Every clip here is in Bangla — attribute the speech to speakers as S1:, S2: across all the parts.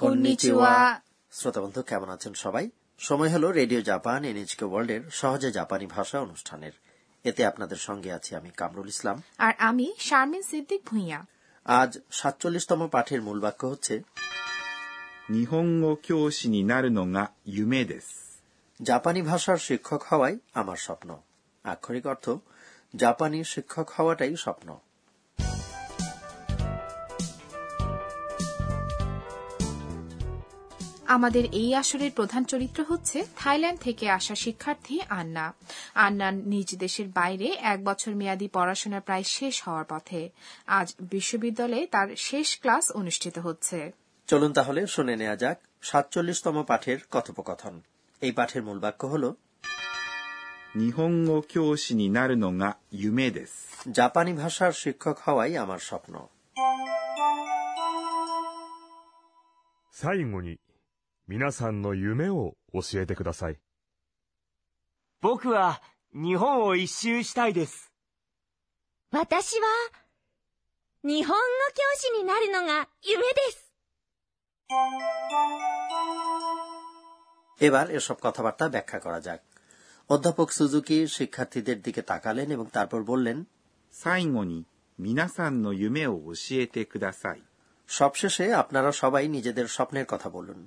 S1: কন্নিচিওয়া।
S2: শ্রোতা বন্ধু কেমন আছেন সবাই সময় হলো রেডিও জাপান এনএচকে ওয়ার্ল্ডের সহজে জাপানি ভাষা অনুষ্ঠানের এতে আপনাদের সঙ্গে আছি আমি কামরুল ইসলাম
S1: আর আমি শারমিন সিদ্দিক ভুঁইয়া
S2: আজ সাতচল্লিশতম পাঠের মূল বাক্য হচ্ছে
S3: 日本語教師になるのが夢です。
S2: জাপানি ভাষার শিক্ষক হওয়াই আমার স্বপ্ন আক্ষরিক অর্থ জাপানি শিক্ষক হওয়াটাই স্বপ্ন
S1: আমাদের এই আসরের প্রধান চরিত্র হচ্ছে থাইল্যান্ড থেকে আসা শিক্ষার্থী আন্না আন্না নিজ দেশের বাইরে এক বছর মেয়াদী পড়াশোনা প্রায় শেষ হওয়ার পথে আজ বিশ্ববিদ্যালয়ে তার শেষ ক্লাস অনুষ্ঠিত হচ্ছে
S2: চলুন তাহলে শুনে নেওয়া যাক সাতচল্লিশতম পাঠের কথোপকথন এই পাঠের মূল বাক্য হল
S3: 日本語教師になるのが夢です。
S2: জাপানি ভাষার শিক্ষক হওয়াই আমার স্বপ্ন
S4: 最後に、皆さんの夢を教えてください。
S5: 僕は日本を一周したいです。
S6: 私は、日本語教師になるのが夢です。
S2: এবার এসব কথাবার্তা ব্যাখ্যা করা যাক অধ্যাপক সুজুকি শিক্ষার্থীদের দিকে তাকালেন এবং তারপর বললেন
S3: 最後に、皆さんの夢を教えてください。
S2: সবশেষে আপনারা সবাই নিজেদের স্বপ্নের কথা বলুন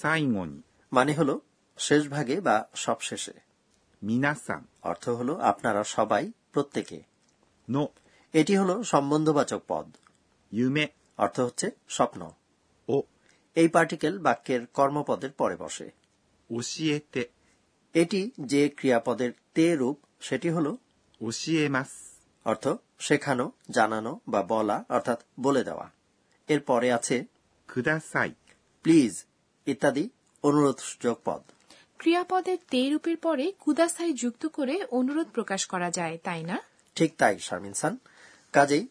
S3: 最後に、
S2: মানে হল শেষ ভাগে বা সবশেষে
S3: 皆さん
S2: অর্থ হল আপনারা সবাই প্রত্যেকে
S3: の
S2: এটি হল সম্বন্ধবাচক পদ
S3: 夢
S2: অর্থ হচ্ছে স্বপ্ন
S3: を教
S2: এই পার্টিকেল বাক্যের কর্মপদের পরে বসে
S3: えて、
S2: এটি যে ক্রিয়াপদের তে রূপ সেটি হল
S3: 教えます。
S2: অর্থ শেখানো জানানো বা বলা অর্থাৎ বলে দেওয়া এর পরে আছে
S3: ください。
S2: প্লিজ ইত্যাদি অনুরোধ সূচক পদ
S1: ক্রিয়াপদের তে রূপের পরে কুদাসাই যুক্ত করে অনুরোধ প্রকাশ করা যায় তাই না
S2: ঠিক তাই শারমিন সান কাজেই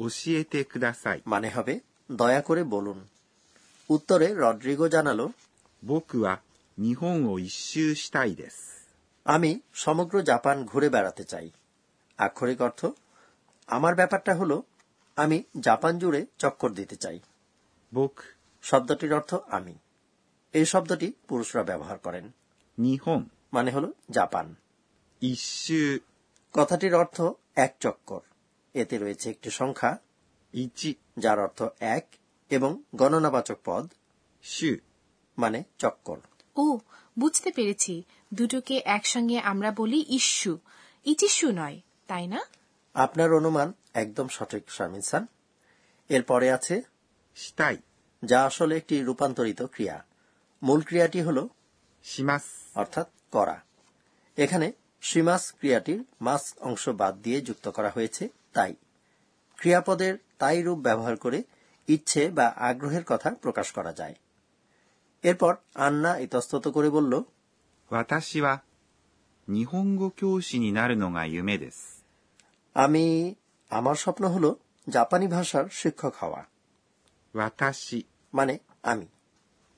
S3: 教えてください。
S2: মানে হবে দয়া করে বলুন উত্তরে রড্রিগো জানালো
S3: 僕は日本を一周したいです。
S2: আমি সমগ্র জাপান ঘুরে বেড়াতে চাই আক্ষরিক অর্থ আমার ব্যাপারটা হলো আমি জাপান জুড়ে চক্কর দিতে চাই
S3: 僕、
S2: শব্দটির অর্থ আমি এই শব্দটি পুরুষরা ব্যবহার করেন
S3: 日本、
S2: মানে হলো জাপান
S3: 一周、
S2: কথাটির অর্থ এক চক্কর এতে রয়েছে একটি সংখ্যা
S3: 一、
S2: যার অর্থ এক এবং গণনাবাচক পদ
S3: 周、
S2: মানে চক্কর
S1: ও বুঝতে পেরেছি দুটোকে একসঙ্গে আমরা বলি ইস্যু ইচিস্যু নয় তাই না
S2: আপনার অনুমান একদম সঠিক শামিন সান এরপরে আছে
S3: したい、
S2: যা আসলে একটি রূপান্তরিত ক্রিয়া মূল ক্রিয়াটি হল
S3: します。
S2: অর্থাৎ করা এখানে সীমাস ক্রিয়াটির মাস অংশ বাদ দিয়ে যুক্ত করা হয়েছে তাই ক্রিয়াপদের তাই রূপ ব্যবহার করে ইচ্ছে বা আগ্রহের কথা প্রকাশ করা যায় এরপর আন্না ইতস্তত করে বলল
S3: 私は日本語教師になるのが夢です。
S2: আমি আমার স্বপ্ন হল জাপানি ভাষার শিক্ষক হওয়া
S3: 私、
S2: মানে আমি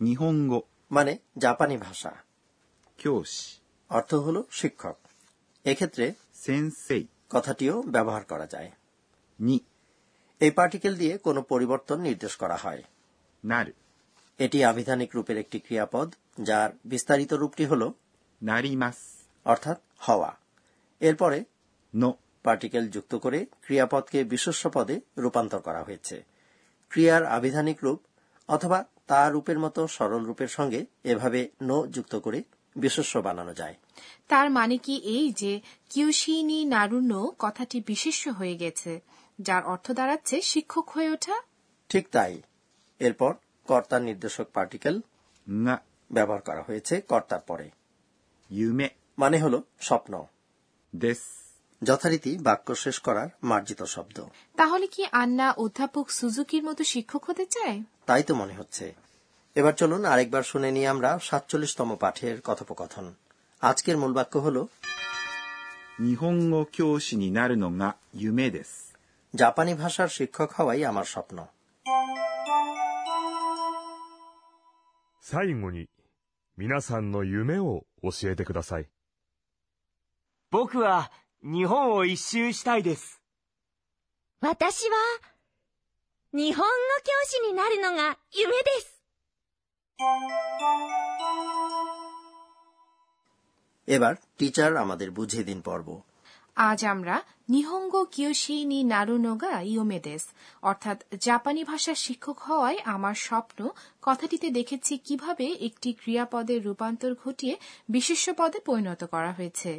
S3: 日本語
S2: মানে জাপানি ভাষা
S3: 教師、
S2: অর্থ হল শিক্ষক এক্ষেত্রে
S3: 先生
S2: কথাটিও ব্যবহার করা যায়
S3: に
S2: এই পার্টিকেল দিয়ে কোনো পরিবর্তন নির্দেশ করা হয়
S3: なる、
S2: এটি আবিধানিক রূপের একটি ক্রিয়াপদ যার বিস্তারিত রূপটি হল
S3: なります、
S2: অর্থাৎ হওয়া এরপরে
S3: の、
S2: পার্টিকেল যুক্ত করে ক্রিয়াপদকে বিশেষ্য পদে রূপান্তর করা হয়েছে ক্রিয়ার আবিধানিক রূপ অথবা তা রূপের মতো সরল রূপের সঙ্গে এভাবে নো যুক্ত করে বিশেষ্য বানানো যায়
S1: তার মানে কি এই যে কিউশিনি নারুনো কথাটি বিশেষ্য হয়ে গেছে যার অর্থ দাঁড়াচ্ছে শিক্ষক হয়ে ওঠা
S2: ঠিক তাই এরপর কর্তা নির্দেশক পার্টিকেল
S3: が、
S2: ব্যবহার করা হয়েছে কর্তার পরে
S3: 夢
S2: মানে হল স্বপ্ন
S3: です。
S2: যথারীতি বাক্য শেষ করার মার্জিত শব্দ
S1: তাহলে কি আন্না অধ্যাপক সুজুকির মতো শিক্ষক হতে চায়
S2: তাই তো মনে হচ্ছে এবার চলুন আরেকবার শুনে নিই আমরা সাতচল্লিশতম পাঠের কথোপকথন আজকের মূল বাক্য হল
S3: 日本語教師になるのが夢です。
S2: জাপানি ভাষার শিক্ষক হওয়াই আমার স্বপ্ন
S4: 最後に、皆さんの夢を教えてください。
S5: 僕は日本を一周したいです。
S6: 私は、日本語教師になるのが夢です。
S2: এবার টিচার আমাদের বুঝিয়ে দিন পর্ব
S1: আজ আমরা নিহঙ্গো কিয়োশি নি নারুনোগা ইয়োমেদেস অর্থাৎ জাপানি ভাষার শিক্ষক হওয়ায় আমার স্বপ্ন কথাটিতে দেখেছি কিভাবে একটি ক্রিয়াপদের রূপান্তর ঘটিয়ে বিশেষ্য পদে পরিণত করা হয়েছে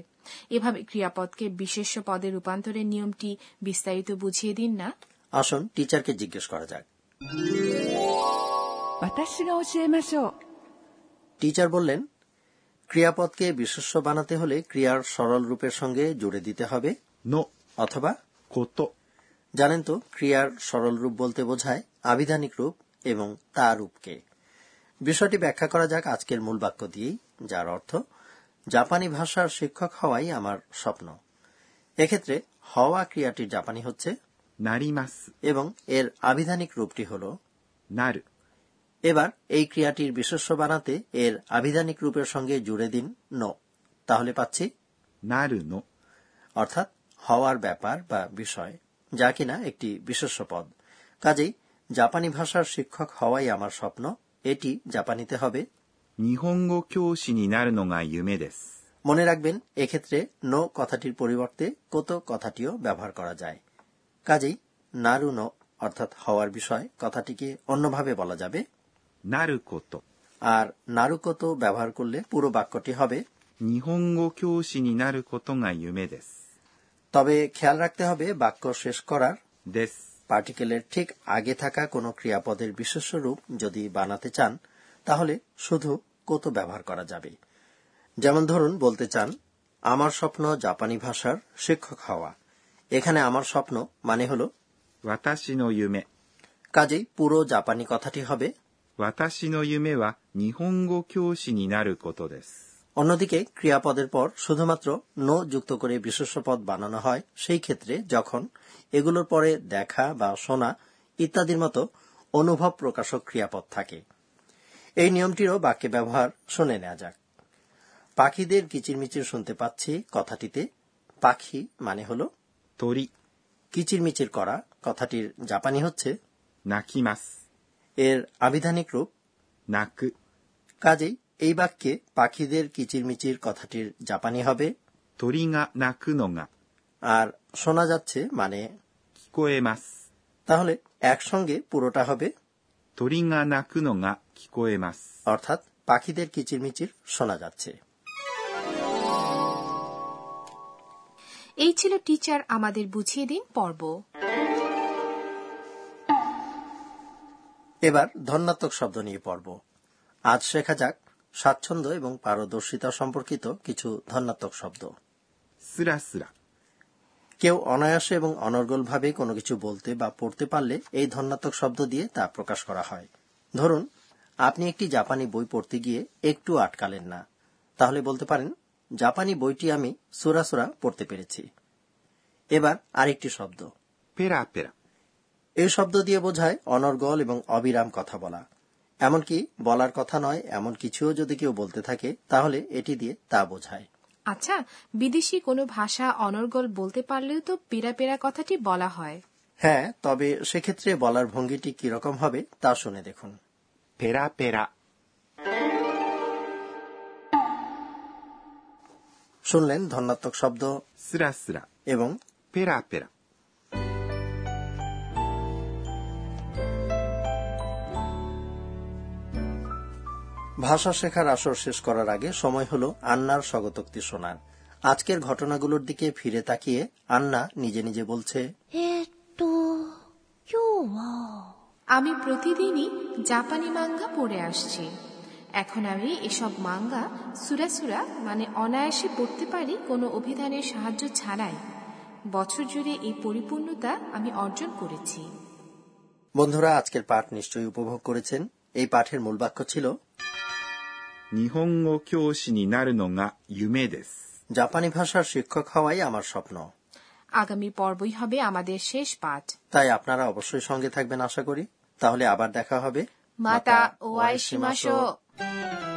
S1: এভাবে ক্রিয়াপদকে বিশেষ্য পদে রূপান্তরের নিয়মটি বিস্তারিত বুঝিয়ে দিন না
S2: আসুন টিচারকে জিজ্ঞেস করা যাক
S7: 私が教えましょう
S2: টিচার বললেন ক্রিয়াপদকে বিশেষ্য বানাতে হলে ক্রিয়ার সরল রূপের সঙ্গে জুড়ে দিতে হবে
S3: の
S2: অথবা
S3: こと。
S2: জানেন তো ক্রিয়ার সরল রূপ বলতে বোঝায় আবিধানিক রূপ এবং তা রূপকে বিষয়টি ব্যাখ্যা করা যাক আজকের মূল বাক্য দিয়েই যার অর্থ জাপানি ভাষার শিক্ষক হওয়াই আমার স্বপ্ন এক্ষেত্রে হওয়া ক্রিয়াটির জাপানি হচ্ছে
S3: なります。
S2: এবং এর আবিধানিক রূপটি হল
S3: なる。
S2: এবার এই ক্রিয়াটির বিশেষ্য বানাতে এর আবিধানিক রূপের সঙ্গে জুড়ে দিন নো তাহলে পাচ্ছি
S3: なるの。
S2: অর্থাৎ হওয়ার ব্যাপার বা বিষয় যা কিনা একটি বিশেষ্য পদ কাজেই জাপানি ভাষার শিক্ষক হওয়াই আমার স্বপ্ন এটি জাপানিতে হবে
S3: 日本語教師になるのが夢です。
S2: মনে রাখবেন এক্ষেত্রে নো কথাটির পরিবর্তে কত কথাটিও ব্যবহার করা যায় কাজেই নারু নো অর্থাৎ হওয়ার বিষয় কথাটিকে অন্যভাবে বলা যাবে
S3: なること。
S2: আর নারুকত ব্যবহার করলে পুরো বাক্যটি হবে
S3: 日本語教師になることが夢です。
S2: তবে খেয়াল রাখতে হবে বাক্য শেষ করার
S3: です。
S2: পার্টিকেলের ঠিক আগে থাকা কোনো ক্রিয়াপদের বিশেষ রূপ যদি বানাতে চান তাহলে শুধু কত ব্যবহার করা যাবে যেমন ধরুন বলতে চান আমার স্বপ্ন জাপানি ভাষার শিক্ষক হওয়া এখানে আমার স্বপ্ন মানে হল
S3: 私の夢。
S2: কাজেই পুরো জাপানি কথাটি হবে
S3: 私の夢は日本語教師になることです。
S2: অন্যদিকে ক্রিয়াপদের পর শুধুমাত্র নো যুক্ত করে বিশেষ্য পদ বানানো হয় সেই ক্ষেত্রে যখন এগুলোর পরে দেখা বা শোনা ইত্যাদির মতো অনুভব প্রকাশক ক্রিয়াপদ থাকে এই নিয়মটিরও বাক্যে ব্যবহার শুনে নেওয়া যাক পাখিদের কিচিরমিচির শুনতে পাচ্ছি কথাটিতে পাখি মানে হল
S3: 鳥、
S2: কিচিরমিচির করা কথাটির জাপানি হচ্ছে
S3: 泣きます。
S2: এর আবিধানিক রূপ
S3: 泣く、
S2: কাজেই এই বাক্যে পাখিদের কিচিরমিচির কথাটির জাপানি হবে
S3: 鳥が鳴くのが
S2: আর শোনা যাচ্ছে মানে
S3: 聞こえます。
S2: তাহলে একসঙ্গে পুরোটা হবে
S3: 鳥が鳴くのが聞こえます。
S2: অর্থাৎ পাখিদের কিচিরমিচির শোনা যাচ্ছে
S1: এই ছিল টিচার আমাদের বুঝিয়ে দিন পর্ব
S2: এবার ধন্যাত্মক শব্দ নিয়ে পড়ব আজ শেখা যাক স্বাচ্ছন্দ্য এবং পারদর্শিতা সম্পর্কিত কিছু ধন্যাত্মক শব্দ
S3: スラスラ、
S2: কেউ অনায়াসে এবং অনর্গলভাবে কোনো কিছু বলতে বা পড়তে পারলে এই ধন্যাত্মক শব্দ দিয়ে তা প্রকাশ করা হয় ধরুন আপনি একটি জাপানি বই পড়তে গিয়ে একটু আটকালেন না তাহলে বলতে পারেন জাপানি বইটি আমি সুরাসুরা পড়তে পেরেছি এবার আরেকটি শব্দ
S3: ペラペラ、
S2: এই শব্দ দিয়ে বোঝায় অনর্গল এবং অবিরাম কথা বলা এমনকি বলার কথা নয় এমন কিছুও যদি কেউ বলতে থাকে তাহলে এটি দিয়ে তা বোঝায়
S1: আচ্ছা বিদেশি কোনো ভাষা অনর্গল বলতে পারলেও তো পেরা পেরা কথাটি বলা হয়
S2: হ্যাঁ তবে সেক্ষেত্রে বলার ভঙ্গিটি কিরকম হবে তা শুনে দেখুন
S3: ペラペラ、
S2: শুনলেন ধন্যাত্মক শব্দ
S3: スラスラ、
S2: এবং
S3: ペラペラ、
S2: ভাষা শেখার আসর শেষ করার আগে সময় হলো আন্নার স্বগতোক্তি শোনার আজকের ঘটনাগুলোর দিকে ফিরে তাকিয়ে আন্না নিজে নিজে বলছে
S6: えーっと、今日は、
S1: আমি প্রতিদিনই জাপানি মাঙ্গা পড়ে আসছি এখন আমি এসব মাঙ্গা সুরাসুরা মানে অনায়াসে পড়তে পারি কোনো অভিধানের সাহায্য ছাড়াই বছর জুড়ে এই পরিপূর্ণতা আমি অর্জন করেছি
S2: বন্ধুরা আজকের পাঠ নিশ্চয়ই উপভোগ করেছেন এই পাঠের মূল বাক্য ছিল
S3: 日本語教師になるのが夢です。
S2: জাপানি ভাষার শিক্ষক হওয়াই আমার স্বপ্ন
S1: আগামী পর্বই হবে আমাদের শেষ পাঠ
S2: তাই আপনারা অবশ্যই সঙ্গে থাকবেন আশা করি তাহলে আবার দেখা হবে
S1: মাতা ওয়াই সীমাশো